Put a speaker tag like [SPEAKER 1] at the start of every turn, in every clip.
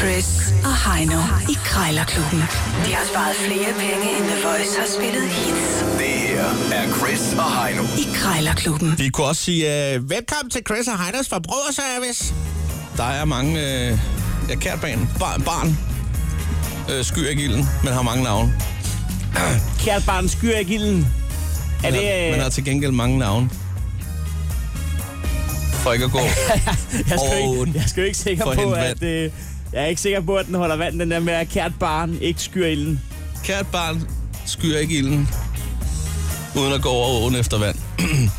[SPEAKER 1] Chris og Heino i Krejlerklubben. De har sparet flere penge, end The Voice har spillet hits
[SPEAKER 2] Det her er Chris og Heino.
[SPEAKER 1] i Krejlerklubben.
[SPEAKER 3] Vi kunne også sige, øh, velkommen til Chris og Heinos Forbrugerservice. Der er mange, øh, ja, kært barn, barn, barn øh, sky af gilden, men har mange navne.
[SPEAKER 4] Kært barn skyer i gilden. Er
[SPEAKER 3] Men
[SPEAKER 4] det...
[SPEAKER 3] har, men har til gengæld mange navne. For ikke at gå.
[SPEAKER 4] øh, jeg, skal jo
[SPEAKER 3] Åh,
[SPEAKER 4] ikke, jeg skal jo ikke sikker
[SPEAKER 3] altså, for
[SPEAKER 4] på,
[SPEAKER 3] helvete.
[SPEAKER 4] at... Øh, jeg er ikke sikker på, at den holder vand, den der med, at kært barn ikke skyer ilden.
[SPEAKER 3] kært barn, sky af gilden, uden at gå over åen efter vand.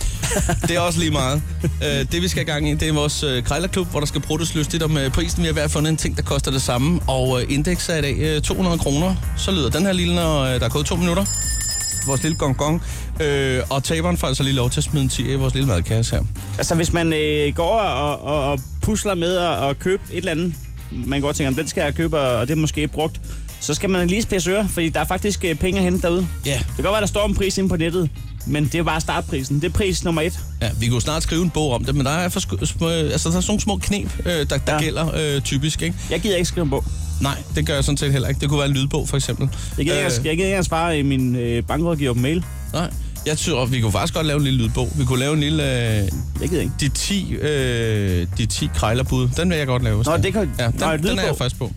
[SPEAKER 3] det er også lige meget. Øh, det vi skal i gang i, det er vores øh, krejlerklub, hvor der skal bruges lystigt om øh, prisen. Vi har hver fundet en ting, der koster det samme, og øh, indeks er i dag øh, 200 kroner. Så lyder den her lille, når øh, der er gået to minutter. Vores lille gong gong. Øh, og taberen får altså lige lov til at smide en 10 i vores lille madkasse her.
[SPEAKER 4] Altså, hvis man øh, går og, og, og pusler med at, at købe et eller andet, man går og tænker, "Om den skal jeg købe, og og det er måske brugt, så skal man lige spidse ører, fordi der er faktisk øh, penge at hente derude.
[SPEAKER 3] Ja. Yeah.
[SPEAKER 4] Det kan godt være, der står en pris inde på nettet, men det er jo bare startprisen. Det er pris nummer et.
[SPEAKER 3] Ja, vi kunne snart skrive en bog om det, men der er, for, sku- sm- øh, altså, der er sådan nogle små knep, øh, der, der ja.
[SPEAKER 4] Ja.
[SPEAKER 3] gælder øh, typisk, ikke?
[SPEAKER 4] Jeg gider ikke skrive en bog.
[SPEAKER 3] Nej, det gør jeg sådan set heller ikke. Det kunne være en lydbog, for eksempel.
[SPEAKER 4] Jeg gider, øh. ikke, at- jeg gider ikke at svare i min øh, bankrådgiver på mail.
[SPEAKER 3] Nej, jeg tror, vi kunne faktisk godt lave en lille lydbog. Vi kunne lave en lille... Øh,
[SPEAKER 4] Jeg gider ikke.
[SPEAKER 3] de 10, øh, de 10 krejlerbud. Den vil jeg godt lave. hvis
[SPEAKER 4] Nå,
[SPEAKER 3] er.
[SPEAKER 4] det kan-
[SPEAKER 3] Ja, den,
[SPEAKER 4] Nå, en
[SPEAKER 3] den er jeg
[SPEAKER 4] lydbog.
[SPEAKER 3] faktisk på.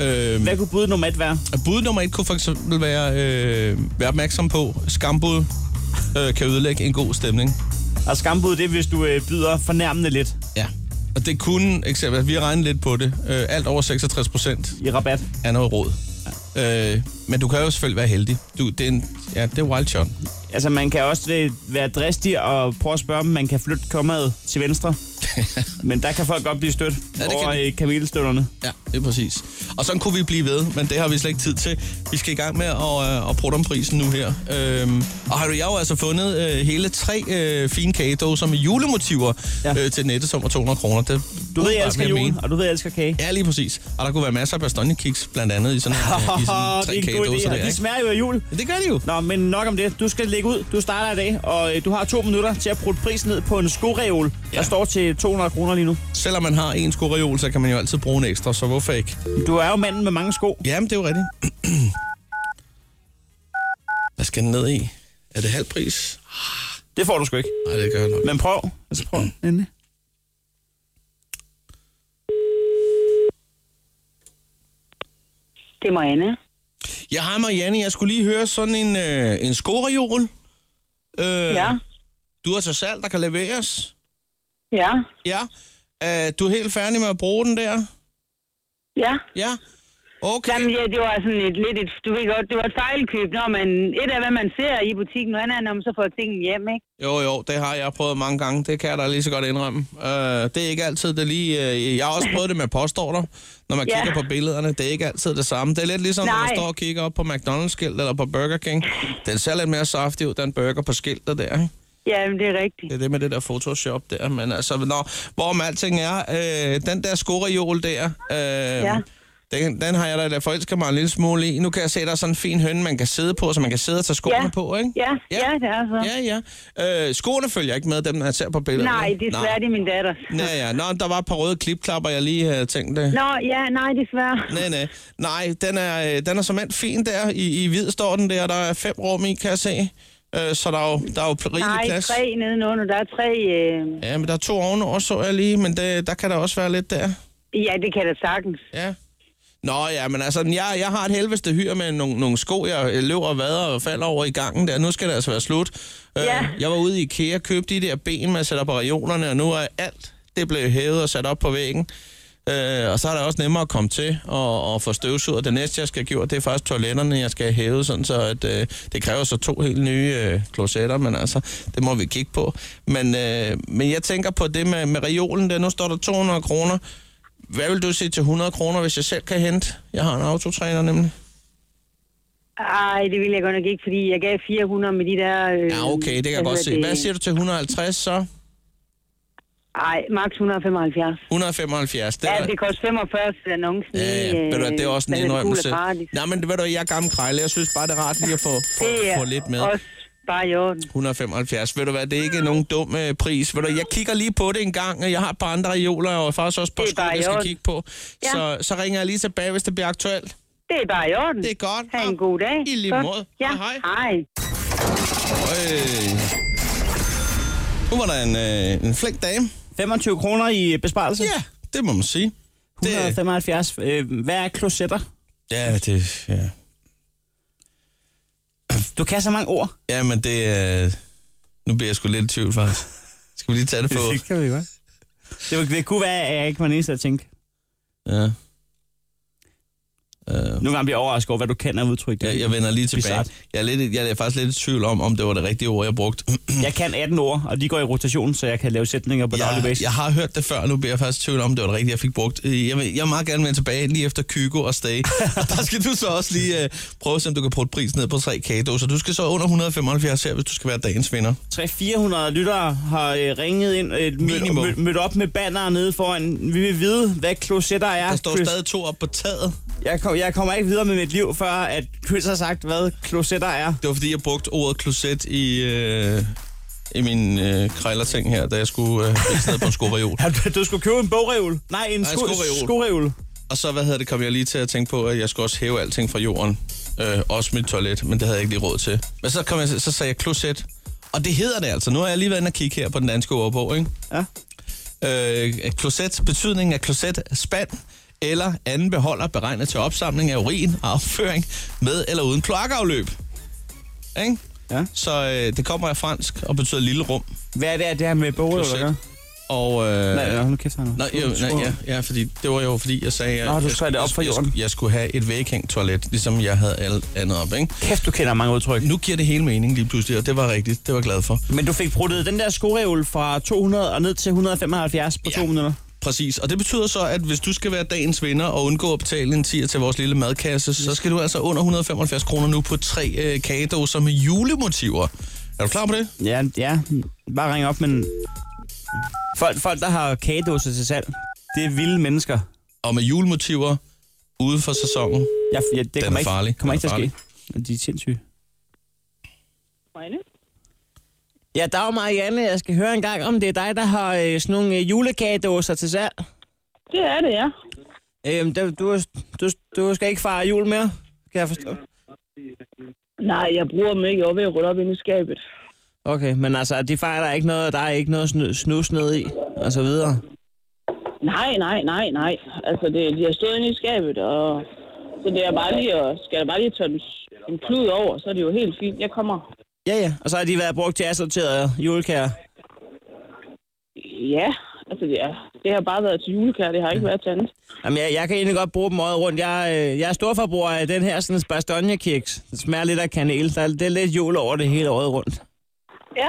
[SPEAKER 3] Ja. Øhm,
[SPEAKER 4] Hvad kunne bud nummer et være?
[SPEAKER 3] bud nummer et kunne for eksempel være, øh, være opmærksom på, skambud øh, kan ødelægge en god stemning.
[SPEAKER 4] Og skambud, det er, hvis du øh, byder fornærmende lidt
[SPEAKER 3] Ja. Og det kunne, eksempel, altså, vi har regnet lidt på det, øh, alt over 66 procent
[SPEAKER 4] i rabat.
[SPEAKER 3] er noget råd. Ja. Øh, men du kan jo selvfølgelig være heldig. Du, det, er en, ja, det er wild shot.
[SPEAKER 4] Altså, man kan også øh, være dristig og prøve at spørge, om man kan flytte kommaet til venstre. Men der kan folk godt blive stødt
[SPEAKER 3] Ja,
[SPEAKER 4] ja,
[SPEAKER 3] det
[SPEAKER 4] over
[SPEAKER 3] kan de.
[SPEAKER 4] øh, kamelstøvlerne.
[SPEAKER 3] Ja, det er præcis. Og sådan kunne vi blive ved, men det har vi slet ikke tid til. Vi skal i gang med at, øh, at bruge om prisen nu her. Øhm, og har du jeg har jo altså fundet øh, hele tre øh, fine kagedåser med julemotiver ja.
[SPEAKER 4] Ja.
[SPEAKER 3] øh, til nettet, som er 200 kroner. Det,
[SPEAKER 4] Du ved, jeg elsker
[SPEAKER 3] Umiddelbart vil
[SPEAKER 4] jul,
[SPEAKER 3] mene.
[SPEAKER 4] og du ved, jeg elsker kage.
[SPEAKER 3] Ja, lige præcis. Og der kunne være masser af bastonjekiks, blandt andet i sådan, øh, i sådan
[SPEAKER 4] Haha,
[SPEAKER 3] tre
[SPEAKER 4] det er en god idé,
[SPEAKER 3] kagedåser der.
[SPEAKER 4] og de
[SPEAKER 3] Ikke?
[SPEAKER 4] smager jo af jul.
[SPEAKER 3] Ja, Det gør de jo.
[SPEAKER 4] Nå, men nok om det. Du skal lægge ud. Du starter i dag, og øh, du har to minutter til at bruge prisen ned på en skoreol,
[SPEAKER 3] Ja.
[SPEAKER 4] ja. der står til 200 kroner lige nu.
[SPEAKER 3] Selvom man har en skoreol, så kan man jo altid bruge en ekstra, så hvorfor ikke?
[SPEAKER 4] Du er jo manden med mange sko.
[SPEAKER 3] Jamen, det er jo rigtigt. Hvad skal den ned i? Er det halv pris?
[SPEAKER 4] Det får du sgu ikke.
[SPEAKER 3] Nej, det gør jeg nok.
[SPEAKER 4] Men prøv. Altså, prøv. Endelig.
[SPEAKER 5] Det er Marianne.
[SPEAKER 3] Jeg har Marianne, jeg skulle lige høre sådan en, øh, en skoreol. Øh,
[SPEAKER 5] Ja,
[SPEAKER 3] Du har så salg, der kan leveres.
[SPEAKER 5] ja,
[SPEAKER 3] Ja. Øh, du er helt færdig med at bruge den der?
[SPEAKER 5] ja.
[SPEAKER 3] Ja. Okay.
[SPEAKER 5] Jamen, ja, det var sådan et lidt et, du ved godt, det var et fejlkøb, når man, et af hvad man ser i butikken, og andet er, når man så får tingene hjem, ikke?
[SPEAKER 3] Jo, jo, det har jeg prøvet mange gange. Det kan jeg da lige så godt indrømme. Øh, det er ikke altid det lige... Øh, jeg har også prøvet det med postorder, når man
[SPEAKER 5] Ja.
[SPEAKER 3] kigger på billederne. Det er ikke altid det samme. Det er lidt ligesom, når man
[SPEAKER 5] Nej.
[SPEAKER 3] står og kigger op på McDonald's-skilt eller på Burger King. Den ser lidt mere saftig ud, den burger på skiltet der, ikke?
[SPEAKER 5] Jamen, det er rigtigt.
[SPEAKER 3] Det er det med det der Photoshop der, men altså, nå, hvorom alting er, øh, den der skoreol der, øh, ja. den, den har jeg da, der forelsker mig en lille smule i. Nu kan jeg se, der er sådan en fin høn, man kan sidde på, så man kan sidde og tage skoene
[SPEAKER 5] Ja.
[SPEAKER 3] på, ikke?
[SPEAKER 5] Ja,
[SPEAKER 3] Ja.
[SPEAKER 5] ja, ja det er så. Ja.
[SPEAKER 3] Ja, ja. Øh, skoene følger ikke med, dem jeg ser på billederne.
[SPEAKER 5] Nej, desværre, det er min datter.
[SPEAKER 3] Nej, ja, ja. Nå, der var et par røde klipklapper, jeg lige øh, tænkte.
[SPEAKER 5] Nå, ja, nej, desværre.
[SPEAKER 3] Nej, nej. Nej, den er, øh, den er som fin der. I, I hvid står den der, der er fem rum i, kan jeg se. Øh, så der er jo, der er jo rigelig
[SPEAKER 5] Nej,
[SPEAKER 3] plads.
[SPEAKER 5] tre nedenunder, der er tre, øh,
[SPEAKER 3] Ja, men der er to ovenover, så jeg lige, men det, der kan der også være lidt der.
[SPEAKER 5] ja, det kan da sagtens.
[SPEAKER 3] Ja. Nå ja, men altså, jeg, jeg har et helveste hyr med nogle, nogle sko, jeg løber og vader og falder over i gangen der. Nu skal det altså være slut. Øh,
[SPEAKER 5] Ja.
[SPEAKER 3] Jeg var ude i IKEA, købte de der ben, man sætter på regionerne, og nu er alt det blevet hævet og sat op på væggen. Øh, og så er det også nemmere at komme til og, og få støvsuget. Det næste, jeg skal have gjort, det er faktisk toiletterne, jeg skal have hævet, sådan så at, øh, det kræver så to helt nye øh, klosetter, men altså, det må vi kigge på. Men, øh, men jeg tænker på det med, med reolen, der nu står der 200 kroner. Hvad vil du sige til 100 kroner, hvis jeg selv kan hente? Jeg har en autotræner nemlig.
[SPEAKER 5] Ej, det ville jeg godt nok ikke, fordi jeg gav 400 med de der... Øh,
[SPEAKER 3] Ja, okay, det kan jeg
[SPEAKER 5] hvad
[SPEAKER 3] godt
[SPEAKER 5] hedder
[SPEAKER 3] se. Hvad siger du til 150 så?
[SPEAKER 5] Ej, maks 175.
[SPEAKER 3] 175, det
[SPEAKER 5] Ja,
[SPEAKER 3] er da-
[SPEAKER 5] det koster 45 til annoncen.
[SPEAKER 3] Ja, ja. Ved
[SPEAKER 5] øh,
[SPEAKER 3] du, hvad, det er også en indrømmelse.
[SPEAKER 5] Nej,
[SPEAKER 3] Nej, men ved du, hvad, jeg er gammel krejle. Jeg synes bare, det er rart lige at få, få,
[SPEAKER 5] det er
[SPEAKER 3] få lidt med.
[SPEAKER 5] Også Bare i orden.
[SPEAKER 3] 175. Ved du hvad, det er ikke nogen dum øh, pris. Ved du, jeg kigger lige på det en gang, og jeg har et par andre reoler, og faktisk også på
[SPEAKER 5] Det er
[SPEAKER 3] sko,
[SPEAKER 5] bare i
[SPEAKER 3] jeg skal
[SPEAKER 5] orden.
[SPEAKER 3] kigge på.
[SPEAKER 5] Ja.
[SPEAKER 3] Så, så ringer jeg lige tilbage, hvis det bliver aktuelt.
[SPEAKER 5] Det er bare i orden.
[SPEAKER 3] Det er godt.
[SPEAKER 5] Ha' en god dag.
[SPEAKER 3] I lige
[SPEAKER 5] Godt.
[SPEAKER 3] måde.
[SPEAKER 5] Ja,
[SPEAKER 3] Hej,
[SPEAKER 5] hej.
[SPEAKER 3] hej.
[SPEAKER 5] hej.
[SPEAKER 3] Øh. Nu var der en, øh, en flink dame.
[SPEAKER 4] 25 kroner i besparelse?
[SPEAKER 3] Ja, det må man sige. det-
[SPEAKER 4] 175. Øh, hvad er klosetter?
[SPEAKER 3] Ja, det... Ja.
[SPEAKER 4] Du kan så mange ord.
[SPEAKER 3] Ja, men det er... Øh... Nu bliver jeg sgu lidt i tvivl, faktisk. Skal vi lige tage det på?
[SPEAKER 4] kan vi godt. Det, var- det kunne være, at jeg ikke var den eneste, der tænkte.
[SPEAKER 3] Ja.
[SPEAKER 4] Nogle gange bliver jeg overrasket over, hvad du kan af udtryk.
[SPEAKER 3] Jeg, jeg vender lige tilbage.
[SPEAKER 4] Bizarrt.
[SPEAKER 3] Jeg er, lidt, jeg er faktisk lidt i tvivl om, om det var det rigtige ord, jeg brugte.
[SPEAKER 4] Jeg kan 18 ord, og de går i rotation, så jeg kan lave sætninger på daglig
[SPEAKER 3] Jeg,
[SPEAKER 4] basis.
[SPEAKER 3] jeg har hørt det før, og nu bliver jeg faktisk i tvivl om, det var det rigtige, jeg fik brugt. Øh, Jeg vil, jeg vil meget gerne vende tilbage lige efter Kygo og Stay. og der skal du så også lige øh, prøve at se, om du kan putte prisen ned på tre kagedåser. Du skal så under 175 her, hvis du skal være dagens vinder.
[SPEAKER 4] 300-400 lyttere har øh, ringet ind, øh, mødt,
[SPEAKER 3] Minimum.
[SPEAKER 4] mødt, mødt op med banner nede foran. Vi vil vide, hvad klosetter er.
[SPEAKER 3] Der står
[SPEAKER 4] Chris.
[SPEAKER 3] stadig to op på taget.
[SPEAKER 4] Jeg, kom, jeg kommer ikke videre med mit liv, før at Chris har sagt, hvad klosetter er.
[SPEAKER 3] Det var fordi, jeg brugte ordet kloset i, øh, i min øh, krejlerting her, da jeg skulle øh, blive sted på en skoreol.
[SPEAKER 4] Du skulle købe en bogreol. Nej, en sko-
[SPEAKER 3] skoreol.
[SPEAKER 4] skoreol.
[SPEAKER 3] Og så, hvad hedder det, kom jeg lige til at tænke på, at jeg skulle også hæve alting fra jorden. Øh, også mit toilet, men det havde jeg ikke lige råd til. Men så, kom jeg, så sagde jeg kloset. Og det hedder det altså. Nu har jeg lige været inde og kigge her på den danske ordbog, ikke?
[SPEAKER 4] Ja.
[SPEAKER 3] Øh, kloset, betydningen af kloset, spand eller anden beholder beregnet til opsamling af urin og afføring med eller uden kloakafløb. Ikke?
[SPEAKER 4] Ja.
[SPEAKER 3] Så øh, det kommer af fransk og betyder lille rum.
[SPEAKER 4] Hvad er det, at det her med bogreol
[SPEAKER 3] Kloset.
[SPEAKER 4] at gøre?
[SPEAKER 3] Og, øh,
[SPEAKER 4] Nej, nej, nu kæft han.
[SPEAKER 3] Nej, jo, nej ja, ja, fordi det var jo fordi, jeg sagde, at
[SPEAKER 4] Nå, du
[SPEAKER 3] jeg,
[SPEAKER 4] skrev det op fra
[SPEAKER 3] jeg,
[SPEAKER 4] jorden.
[SPEAKER 3] jeg, jeg skulle have et væghængt toilet, ligesom jeg havde alt andet op, ikke?
[SPEAKER 4] Kæft, du kender mange udtryk.
[SPEAKER 3] Nu giver det hele mening lige pludselig, og det var rigtigt. Det var jeg glad for.
[SPEAKER 4] Men du fik bruttet den der skoreol fra 200 og ned til 175 på ja. to minutter.
[SPEAKER 3] Præcis, og det betyder så, at hvis du skal være dagens vinder og undgå at betale en tier til vores lille madkasse, så skal du altså under 175 kroner nu på tre øh, kagedåser med julemotiver. Er du klar på det?
[SPEAKER 4] Ja, ja. Bare ring op, men... Folk, folk der har kagedåser til salg, det er vilde mennesker.
[SPEAKER 3] Og med julemotiver ude for sæsonen.
[SPEAKER 4] Jeg, jeg, det
[SPEAKER 3] er
[SPEAKER 4] kommer ikke,
[SPEAKER 3] farlig.
[SPEAKER 4] kommer
[SPEAKER 3] Den
[SPEAKER 4] ikke
[SPEAKER 3] er
[SPEAKER 4] til at ske. Men de er sindssyge. Ja, dag Marianne. Jeg skal høre en gang, om det er dig, der har øh, sådan nogle øh, julekagedåser til salg.
[SPEAKER 5] Det er det, ja.
[SPEAKER 4] Øhm, der, du, du, du skal ikke fare jul mere, kan jeg forstå.
[SPEAKER 5] Nej, jeg bruger dem ikke. Jeg var ved at rulle op ind i skabet.
[SPEAKER 4] Okay, men altså, de fejler ikke noget, og der er ikke noget snu- snus ned i, og så videre.
[SPEAKER 5] Nej, nej, nej, nej. Altså, det, de har stået inde i skabet, og så det er bare lige at, skal der bare lige tørre en, en klud over, så er det jo helt fint. Jeg kommer.
[SPEAKER 4] Ja, ja, og så har de været brugt til assorterede julekager.
[SPEAKER 5] Ja, altså det, er, det har bare været til julekær, det har ikke været til andet.
[SPEAKER 4] Jamen, jeg, jeg kan egentlig godt bruge dem øjet rundt. Jeg, øh, jeg er storforbruger af den her sådan bastogne-kiks. Den smager lidt af kanel. Der er, det er lidt jul over det hele året rundt.
[SPEAKER 5] Ja,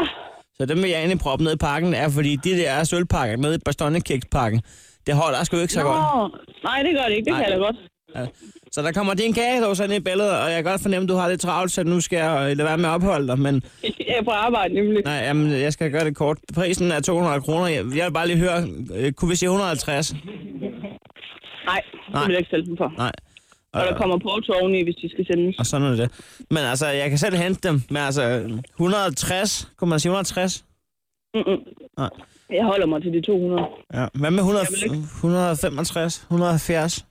[SPEAKER 4] Så dem vil jeg egentlig proppe ned i pakken, er, fordi de der sølvpakker nede i bastogne-kikspakken, det holder sgu ikke så godt.
[SPEAKER 5] Nå, nej, det gør det ikke. Det
[SPEAKER 4] Nej.
[SPEAKER 5] kan jeg da godt.
[SPEAKER 4] Så der kommer din kage, der sådan i billedet, og jeg kan godt fornemme, at du har lidt travlt, så nu skal jeg øh, lade være med at opholde dig, men
[SPEAKER 5] Jeg er på arbejde nemlig.
[SPEAKER 4] nej, jamen, jeg skal gøre det kort. Prisen er 200 kroner. Jeg, jeg vil bare lige høre, øh, kunne vi sige 150?
[SPEAKER 5] Nej,
[SPEAKER 4] Nej.
[SPEAKER 5] det vil jeg ikke sælge dem for.
[SPEAKER 4] Nej.
[SPEAKER 5] Og der kommer porto oveni, hvis de skal sendes.
[SPEAKER 4] Og sådan er det. Men altså, jeg kan selv hente dem, men altså, 160, kunne man sige 160? Nej.
[SPEAKER 5] Jeg holder mig til de 200.
[SPEAKER 4] Ja. Hvad med 100,
[SPEAKER 5] Jeg vil
[SPEAKER 4] 165, 170?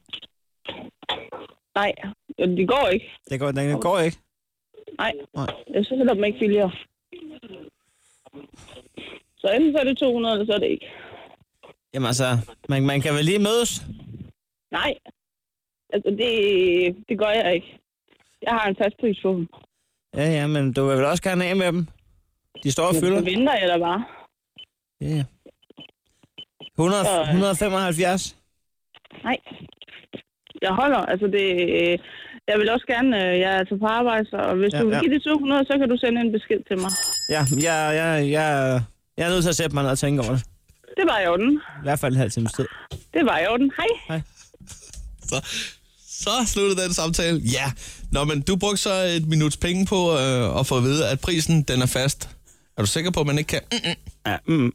[SPEAKER 5] Nej, de går ikke.
[SPEAKER 4] Det går, den går ikke.
[SPEAKER 5] Nej,
[SPEAKER 4] Nej.
[SPEAKER 5] jeg synes, at dem ikke billigere. Så enten så er det 200, eller så er det ikke.
[SPEAKER 4] Jamen altså, man, man kan vel lige mødes?
[SPEAKER 5] Nej, altså det, det gør jeg ikke. Jeg har en fast pris på dem.
[SPEAKER 4] Ja, ja, men du vil vel også gerne af med dem? De står og fylder.
[SPEAKER 5] Så venter jeg da bare.
[SPEAKER 4] Ja, ja. 100,
[SPEAKER 5] Så, øh,
[SPEAKER 4] 175?
[SPEAKER 5] Nej. Jeg holder, altså det... øh, Jeg vil også gerne, øh, jeg er til på arbejde, så hvis
[SPEAKER 4] Ja,
[SPEAKER 5] ja, du vil
[SPEAKER 4] ja.
[SPEAKER 5] give det 200, så kan du sende en besked til mig.
[SPEAKER 4] Ja, jeg, jeg, jeg, jeg er nødt til at sætte mig ned og tænke over det.
[SPEAKER 5] Det var i orden.
[SPEAKER 4] I hvert fald en halv time tid.
[SPEAKER 5] Det var i orden. Hej.
[SPEAKER 3] Så, så sluttede den samtale. Ja. Nå, men du brugte så et minuts penge på øh, at få at vide, at prisen den er fast. Er du sikker på, at man ikke kan? Mm-mm.
[SPEAKER 4] Ja, mm,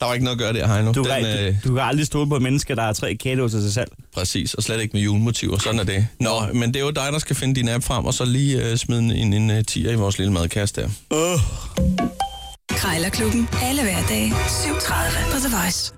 [SPEAKER 3] Der var ikke noget at gøre der, Heino.
[SPEAKER 4] du,
[SPEAKER 3] den, øh,
[SPEAKER 4] kan, du, du kan aldrig stole på et menneske, der har tre kæledåser til salg.
[SPEAKER 3] Præcis, og slet ikke med julemotiver. Sådan er det. Nå, men det er jo dig, der skal finde din app frem, og så lige øh, smide en, en, en øh, tier i vores lille madkasse der.
[SPEAKER 1] Krejlerklubben. Alle hverdage. 7.30 på The Voice.